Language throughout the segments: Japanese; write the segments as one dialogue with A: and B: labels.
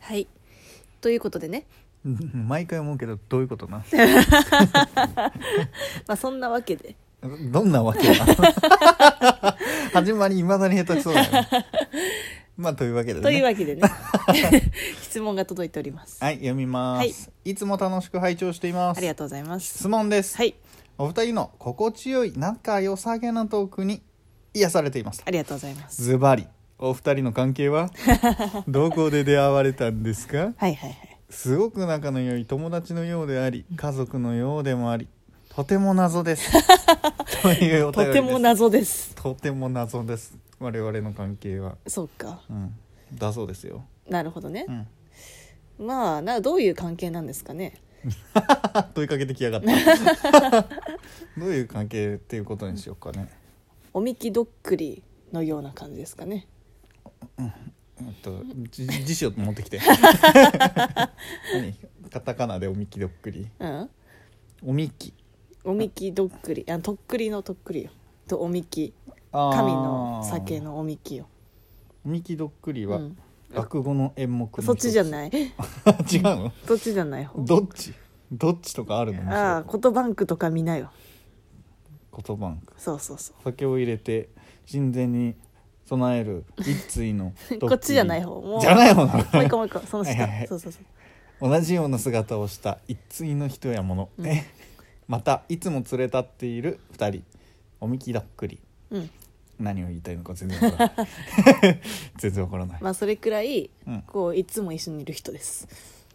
A: はいということでね、
B: うん毎回思うけどどういうことな
A: まあ、そんなわけ で
B: どんなわけ な始まりいまだに下手くそだよねまあというわけでね
A: というわけ でね質問が届いております、
B: はい読みます、い、つも楽しく拝聴しています
A: ありがとうございます
B: 質問です、
A: はい
B: お二人の心地よい仲良さげなトークに癒されています
A: ありがとうございます
B: ズバリお二人の関 係はどこで出会われたんですか
A: はいはいはい
B: すごく仲の良い友達のようであり家族のようでもありとても謎です というお便
A: と
B: り
A: て
B: です
A: も謎です
B: とても謎です我々の関係は、
A: そうか
B: うん、だそうですよ、
A: なるほどね
B: う、ん、
A: まあなどういう関係なんですかね
B: あ問いかけてきやがった どういう関係っていうことにしようかね
A: おみきどっくりのような感じですかね
B: えっとじ辞書持 ってきて何カタカナでおみきどっくり
A: うん
B: おみき
A: おみきどっくりあとっくりのとっくりよとおみき
B: あー
A: 神の酒のおみきよ、
B: おみきどっくり
A: う
B: は
A: ん、
B: 落語の演目の
A: そっちじゃ
B: い
A: ない
B: 違うの
A: そっちじゃない方
B: どっちどっちとかあるの
A: ああ言葉んくとか見なよ
B: 言葉
A: そうそうそう
B: 酒を入れて神前に備える一 対のドッキリ
A: こっちじゃない方もう
B: じゃない方な
A: もう一 個もう一個その下、
B: はいはいはい
A: そうそうそう
B: 同じような姿をした一対の人や物、
A: うん
B: またいつも連れ立っている二人おみきどっくり
A: うん
B: 何を言いたいのか全然わからない 全然わからない、
A: まあそれくらい
B: うん、
A: こういつも一緒にいる人です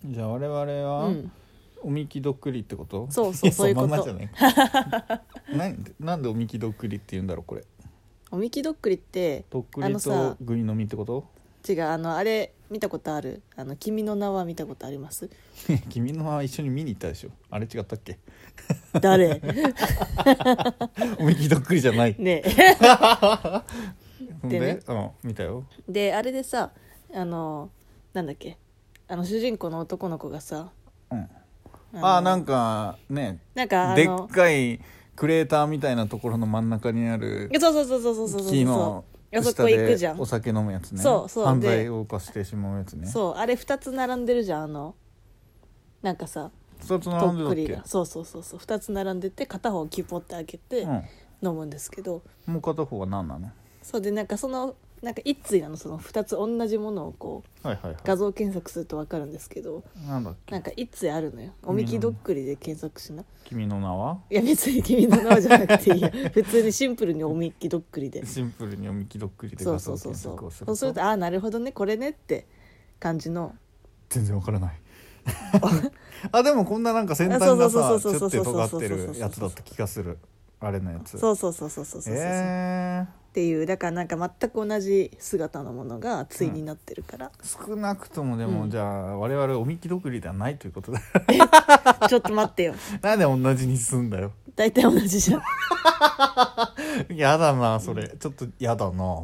B: じゃあ我々
A: う
B: は、
A: ん
B: おみきどっくりってこと
A: そうそう
B: や
A: そういうこと
B: のまんまじゃない なんでなんでおみきどっくりって言うんだろうこれ
A: おみきどっくりって
B: とっく
A: あ
B: り
A: の
B: と
A: さ
B: ぐいのみってこと
A: 違うあのあれ見たことあるあの君の名は見たことあります
B: 君の名は一緒に見に行ったでしょあれ違ったっけ
A: 誰
B: おみきどっくりじゃ ない
A: ねえ
B: ほんで
A: でね
B: うん見たよ
A: であれでさあのなんだっけあの主人公の男の子がさ
B: うん
A: の
B: あーなんかね
A: なんかあ
B: で
A: の
B: っかいクレーターみたいなところの真ん中にある
A: そうそうそうそうそうそうそう
B: 木の
A: あそ
B: 下
A: こ行くじ
B: で
A: ゃん
B: お酒飲むやつね
A: そうそう
B: 犯
A: で
B: 罪を犯してしまうやつね
A: そうあれ2つ並んでるじゃんあのなんかさ
B: 2つ
A: と
B: 並ん
A: っ
B: でたっ
A: くり
B: け
A: がそうそうそうそう2つ並んでて片方をキポって開けて
B: う
A: 飲むんですけど、
B: んもう片方は何なの
A: そうでなんかそのなんか一対なのその2つ同じものをこう
B: はいはいはい
A: 画像検索すると分かるんですけど
B: なんだっけ
A: なんか一対あるのよおみきどっくりで検索しな
B: 君の名はい
A: や別に君の名はじゃなくて いいや普通にシンプルにおみきどっくりで
B: シンプルにおみきどっくりで
A: そ
B: 画
A: うそ
B: 像
A: うそうそ
B: 検索を
A: う
B: す
A: そ
B: る
A: うする
B: と
A: とああなるほどねこれねって感じの
B: 全然わからないあでもこんななんか先端が
A: あ
B: さち
A: そう
B: ょ
A: そう
B: っと
A: そうそう
B: 尖
A: そう
B: ってるやつだった気がするあれのやつ
A: そうそうそうそうそうそうそう、
B: えー
A: っていうだからなんか全く同じ姿のものが対になってるから、
B: 少なくともで
A: う
B: も
A: ん
B: じゃあ我々おみきどくりではないということだ
A: ちょっと待ってよ
B: なんで同じにすんだよ
A: 大体同じじゃん
B: やだなそれちょっとやだな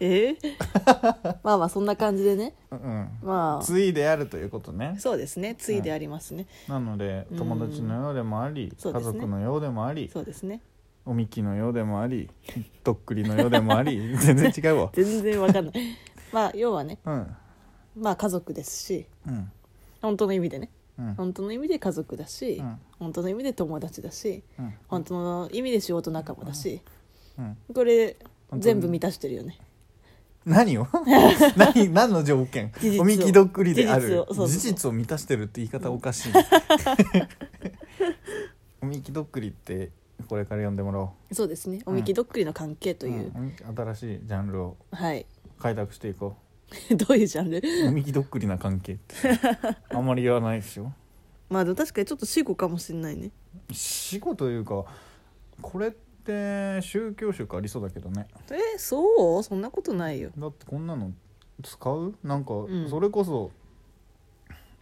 A: え ーまあまあそんな感じでね
B: うん
A: ま あ
B: ついであるということね
A: そうですね対でありますね、
B: なので友達のようでもあり
A: そう
B: 家
A: ですね
B: 族のようでもあり
A: そうですね
B: おみきのようでもありとっくりのようでもあり全然違う わ
A: 全然わかんないまあ要はね
B: うん
A: まあ家族ですし
B: うん
A: 本当の意味でね
B: うん
A: 本当の意味で家族だし、
B: うん
A: 本当の意味で友達だし
B: うん
A: 本当の意味で仕事仲間だし
B: うん
A: これ
B: 本当に
A: 全部満たしてるよね
B: 何を何何の条件
A: 事実を
B: おみきどっくりであ
A: 事実
B: る
A: をそうそう
B: 事実を満たしてるって言い方おかしい おみきどっくりってこれから読んでもらおう
A: そうですねおみきどっくりの関係という、
B: うん新しいジャンルを
A: はい
B: 開拓していこ
A: どういうジャンル
B: うおみきどっくりな 関係ってあんまり言わないでしょ
A: まあでも確かにちょっと死後かもしれないね
B: 死後というかこれって宗教色ありそうだけどね
A: えそうそんなことないよ
B: だってこんなの使うなんか
A: ん
B: それこそ、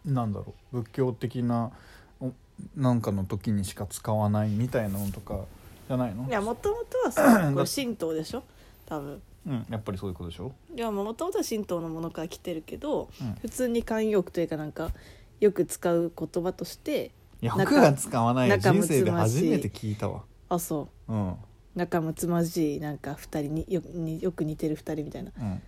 B: なんだろう仏教的なおなんかの時にしか使わないみたいなのとかじゃないの
A: いやもともとはさこ
B: だ
A: れ神道でしょ多分
B: うん、やっぱりそういうことでしょ、
A: いやもともとは神道のものから来てるけど、
B: うん
A: 普通に慣用句というかなんかよく使う言葉として
B: 役が使わないよ
A: 仲
B: 人
A: 睦まじい
B: 生で初めて聞いたわ
A: あそう
B: うん
A: 仲睦まじいなんか二人によによく似てる二人みたいな
B: うん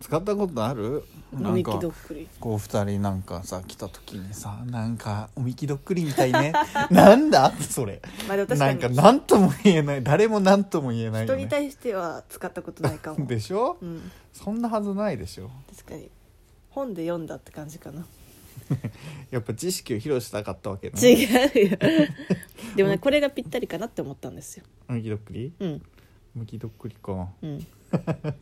B: 使ったことあるな
A: 飲
B: ん
A: み気ど
B: か
A: っくり
B: こう二人なんかさ来た時にさなんかおみきどっくりみたいね なんだそれ
A: まあでも
B: なん
A: 確か
B: か
A: に
B: 何とも言えない誰も何とも言えない
A: 人
B: よ、
A: に
B: ね、
A: 対しては使ったことないかも
B: でしょ
A: うん
B: そんなはずないでしょ
A: 確かに本で読んだって感じかな
B: やっぱ知識を披露したかったわけね
A: 違うよでもねこれがぴったりかなって思ったんですよ
B: おみきどっくり
A: うん
B: おみきどっくりか
A: うん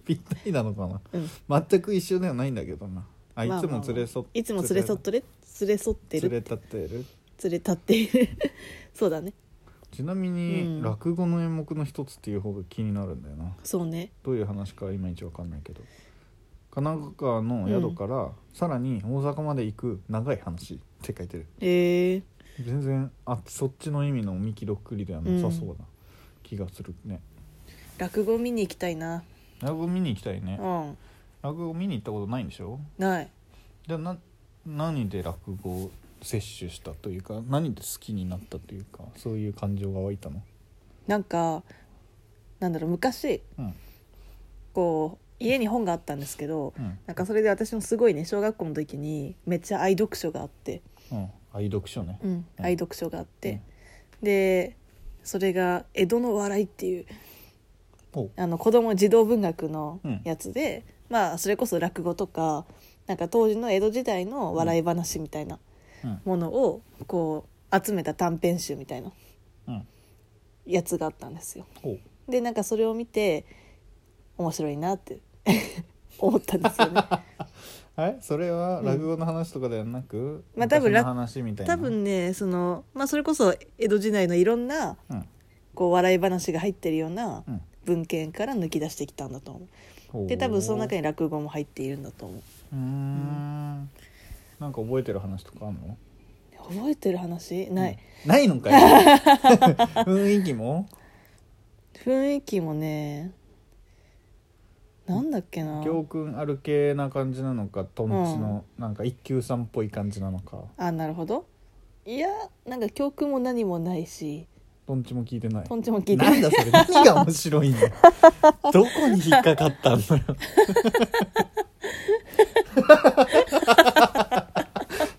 B: ぴったりなのかな
A: うん
B: 全く一緒ではないんだけどなあい
A: まあ
B: つ
A: まあ
B: も連れ添っ
A: いつも連れ添っとれ連れ添って
B: 連れ
A: る
B: 立ってる
A: 連れ立っている そうだね
B: ちなみに、
A: うん
B: 落語の演目の一つっていう方が気になるんだよな
A: そうね
B: どういう話かいまいちわかんないけど神奈川の宿から、さらに大阪まで行く長い話って書いてる
A: へえ
B: 全然あそっちの意味のおみきどっくりではなさそうな気がするね、
A: 落語見に行きたいな
B: 落語見に行きたいうね
A: ん
B: 落語見に行ったことないんでしょ
A: ない
B: じゃあな何で落語を摂取したというか何で好きになったというかそういう感情が湧いたの、
A: なんかなんだろう昔
B: うん
A: こう家に本があったんですけど
B: うん
A: なんかそれで私もすごいね小学校の時にめっちゃ愛読書があって、
B: うん、愛読書ね、
A: うん、
B: うん
A: 愛読書があって、でそれが「江戸の笑い」っていう
B: おう
A: あの子供児童文学のやつで、まあそれこそ落語とかなんか当時の江戸時代の笑い話みたいな
B: うん
A: ものをこう集めた短編集みたいな
B: うん
A: やつがあったんですよ。
B: おう
A: でなんかそれを見て面白いなって 思ったんです よね。
B: えそれは落語の話とかではなく、
A: まあ多分
B: 昔の話みたいな
A: 多分ねその、まあ、それこそ江戸時代のいろんな
B: うん
A: こう笑い話が入ってるような
B: うん
A: 文献から抜き出してきたんだと思
B: ほ
A: う
B: う
A: で多分その中に落語も入っているんだと思う
B: うーんなんか覚えてる話とかあるの
A: 覚えてる話ない、
B: うんないのか よ雰囲気も
A: 雰囲気もねなんだっけな
B: 教訓ある系な感じなのかとんちのなんか一休さんっぽい感じなのか
A: あなるほどいやなんか教訓も何もないし
B: とんちも聞いてない
A: とんちも聞いて
B: な
A: なんい
B: だそれ何が面 白いのどこに引っかかったのよ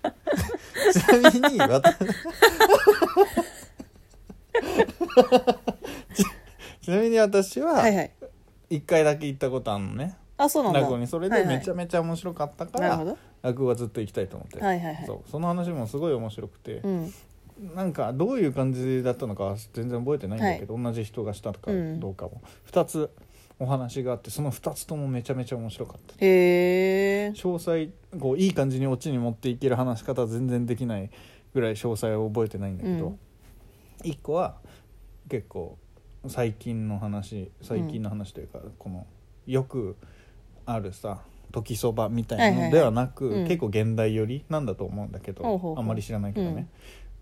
B: ちなみに私ち ちなみに私は
A: はいはい
B: 一回だけ行ったことあるのね、
A: あそうなんだ
B: 落語にそれでめちゃ
A: ゃ
B: めちゃ面白かったか
A: なるほ
B: ら
A: ど
B: 落語はずっと行きたいと思って、
A: はいはいはい
B: そうその話もすごい面白くて、
A: うん
B: なんかどういう感じだったのか全然覚えてないんだけど、同じ人がしたかどうかも、2つお話があってその2つともめちゃめちゃ面白かった
A: へえ
B: 詳細こういい感じにオチに持っていける話し方は全然できないぐらい詳細を覚えてないんだけ
A: う
B: ど
A: ん、
B: 一1個は結構最近の話最近の話というか、このよくあるさ時そばみたいなのではなく、
A: はいはいはいうん
B: 結構現代寄りなんだと思うんだけど、
A: ほうほうほう
B: あんまり知らないけどね、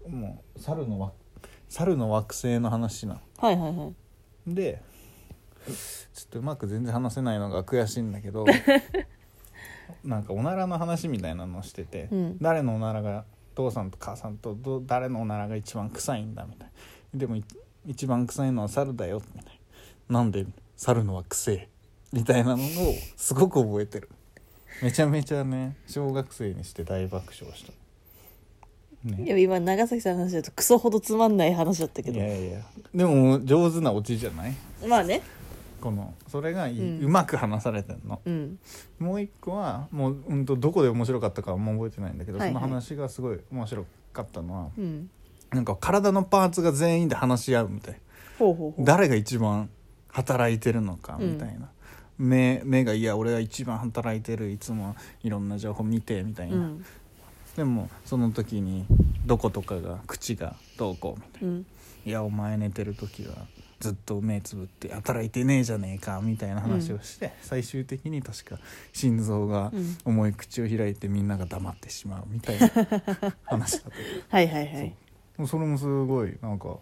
B: もう猿の惑猿の惑星の話な
A: はいはいはい
B: のでちょっとうまく全然話せないのが悔しいんだ けどなんかおならの話みたいなのをしてて、
A: うん
B: 誰のおならが父さんと母さんとど誰のおならが一番臭いんだみたいなでもい一番臭いのは猿だよみたいななんで猿のは臭いみたいなのをすごく覚えてるめちゃめちゃね小学生にして大爆笑した。ね
A: でも今長崎さんの話だとクソほどつまんない話だったけ
B: い
A: ど
B: やいやでも上手なオチじゃない
A: まあね
B: このそれがいい、
A: う
B: うんまく話されてんの
A: うん
B: もう一個はもう、うん、とどこで面白かったかはもう覚えてないんだけど、
A: はいはい
B: その話がすごい面白かったのは
A: うん
B: なんか体のパーツが全員で話し合うみたい
A: ほうほうほう
B: 誰が一番働いてるのか
A: うん
B: みたいな、目目がいや俺が一番働いてるいつもいろんな情報見てみたいな、
A: うん
B: でもその時にどことかが口がどうこうみたいな。
A: うん
B: いやお前寝てる時はずっと目つぶって働いてねえじゃねえかみたいな話をして、最終的に確か心臓が
A: うん
B: 重い口を開いてみんなが黙ってしまうみたいな話 だったけ
A: はいはいは
B: ど
A: い
B: そうそれもすごいなんか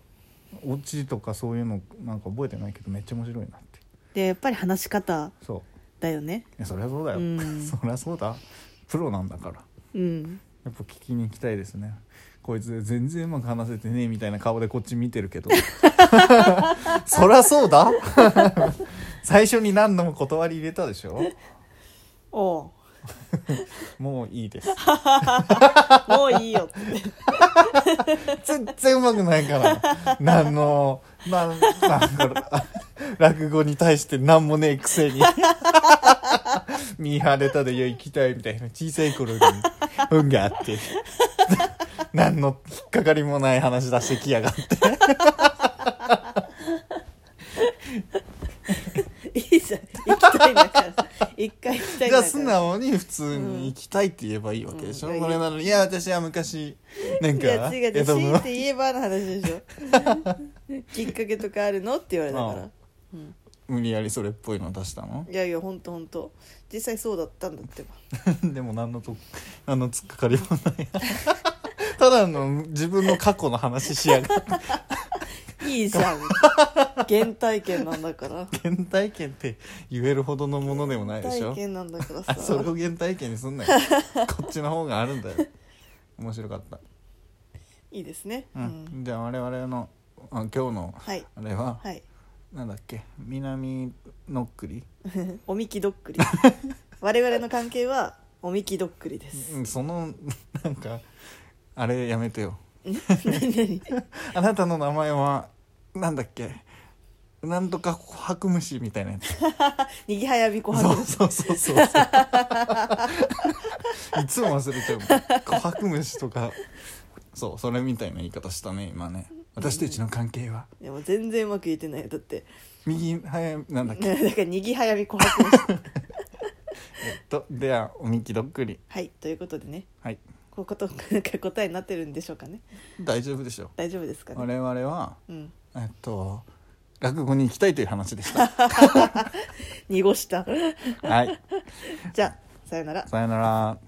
B: オチとかそういうのなんか覚えてないけどめっちゃ面白いなって
A: でやっぱり話し方
B: そう
A: だよね
B: いやそりゃそうだよ、
A: うん
B: そりゃそうだプロなんだから
A: うん
B: やっぱ聞きに行きたいですねこいつ全然うまく話せてねえみたいな顔でこっち見てるけどそりゃそうだ最初に何度も断り入れたでしょ
A: おう
B: もういいです
A: もういいよ って
B: 全然うまくないから何のなんなんだろう落語に対して何もねえくせに見張れたでよ行きたいみたいな小さい頃に運があって何の引っかかりもない話出してきやがって
A: いいじゃん行きたいんだから一回行きたいんだから
B: じゃあ素直に普通に行きたいって言えばいいわけでしょ、
A: うん
B: これなのにいや私は昔なん
A: い
B: か
A: や違う違う
B: 江戸
A: 強い
B: の
A: て言えばの話 でしょきっかけとかあるのって言われたか
B: ああ
A: ら
B: 無理やりそれっぽいの出したの
A: いやいやほんとほんと実際そうだったんだってば
B: でも何のと何のつっかかりもない ただの自分の過去の話しやがって
A: いいじ ゃん原体験なんだから
B: 原体験って言えるほどのものでもないでしょ
A: 体験なんだから
B: あ
A: さ
B: それを原体験にすんな よこっちの方があるんだよ面白かった、
A: いいですね
B: うんじゃあ我々のあ今日の
A: はい
B: あれは、
A: はい
B: なんだっけ南のっくり、
A: おみきどっく り我々の関係はおみきどっくりです
B: うん、その なんかあれやめてよ
A: 何何
B: あなたの名前はなんだっけなんとか白虫みたいなやつ
A: にぎはやびこは
B: そ
A: ぐ
B: うそうそうそういつも忘れちゃう 琥珀虫とかそうそれみたいな言い方したね今ね私とうちの関係は
A: でも全然うまく言えてないよだって
B: 右早いなんだっけ
A: ねだからにぎはやびこはぐ
B: えっとではおみきどっくり
A: はいということでね
B: はい
A: こういうことなんか答えになってるんでしょうかね
B: 大丈夫でしょ
A: 大丈夫ですか
B: う
A: ね
B: 我々は
A: うん
B: えっと落語に行きたいという話でした
A: 濁した
B: はい
A: じゃあさよなら
B: さよなら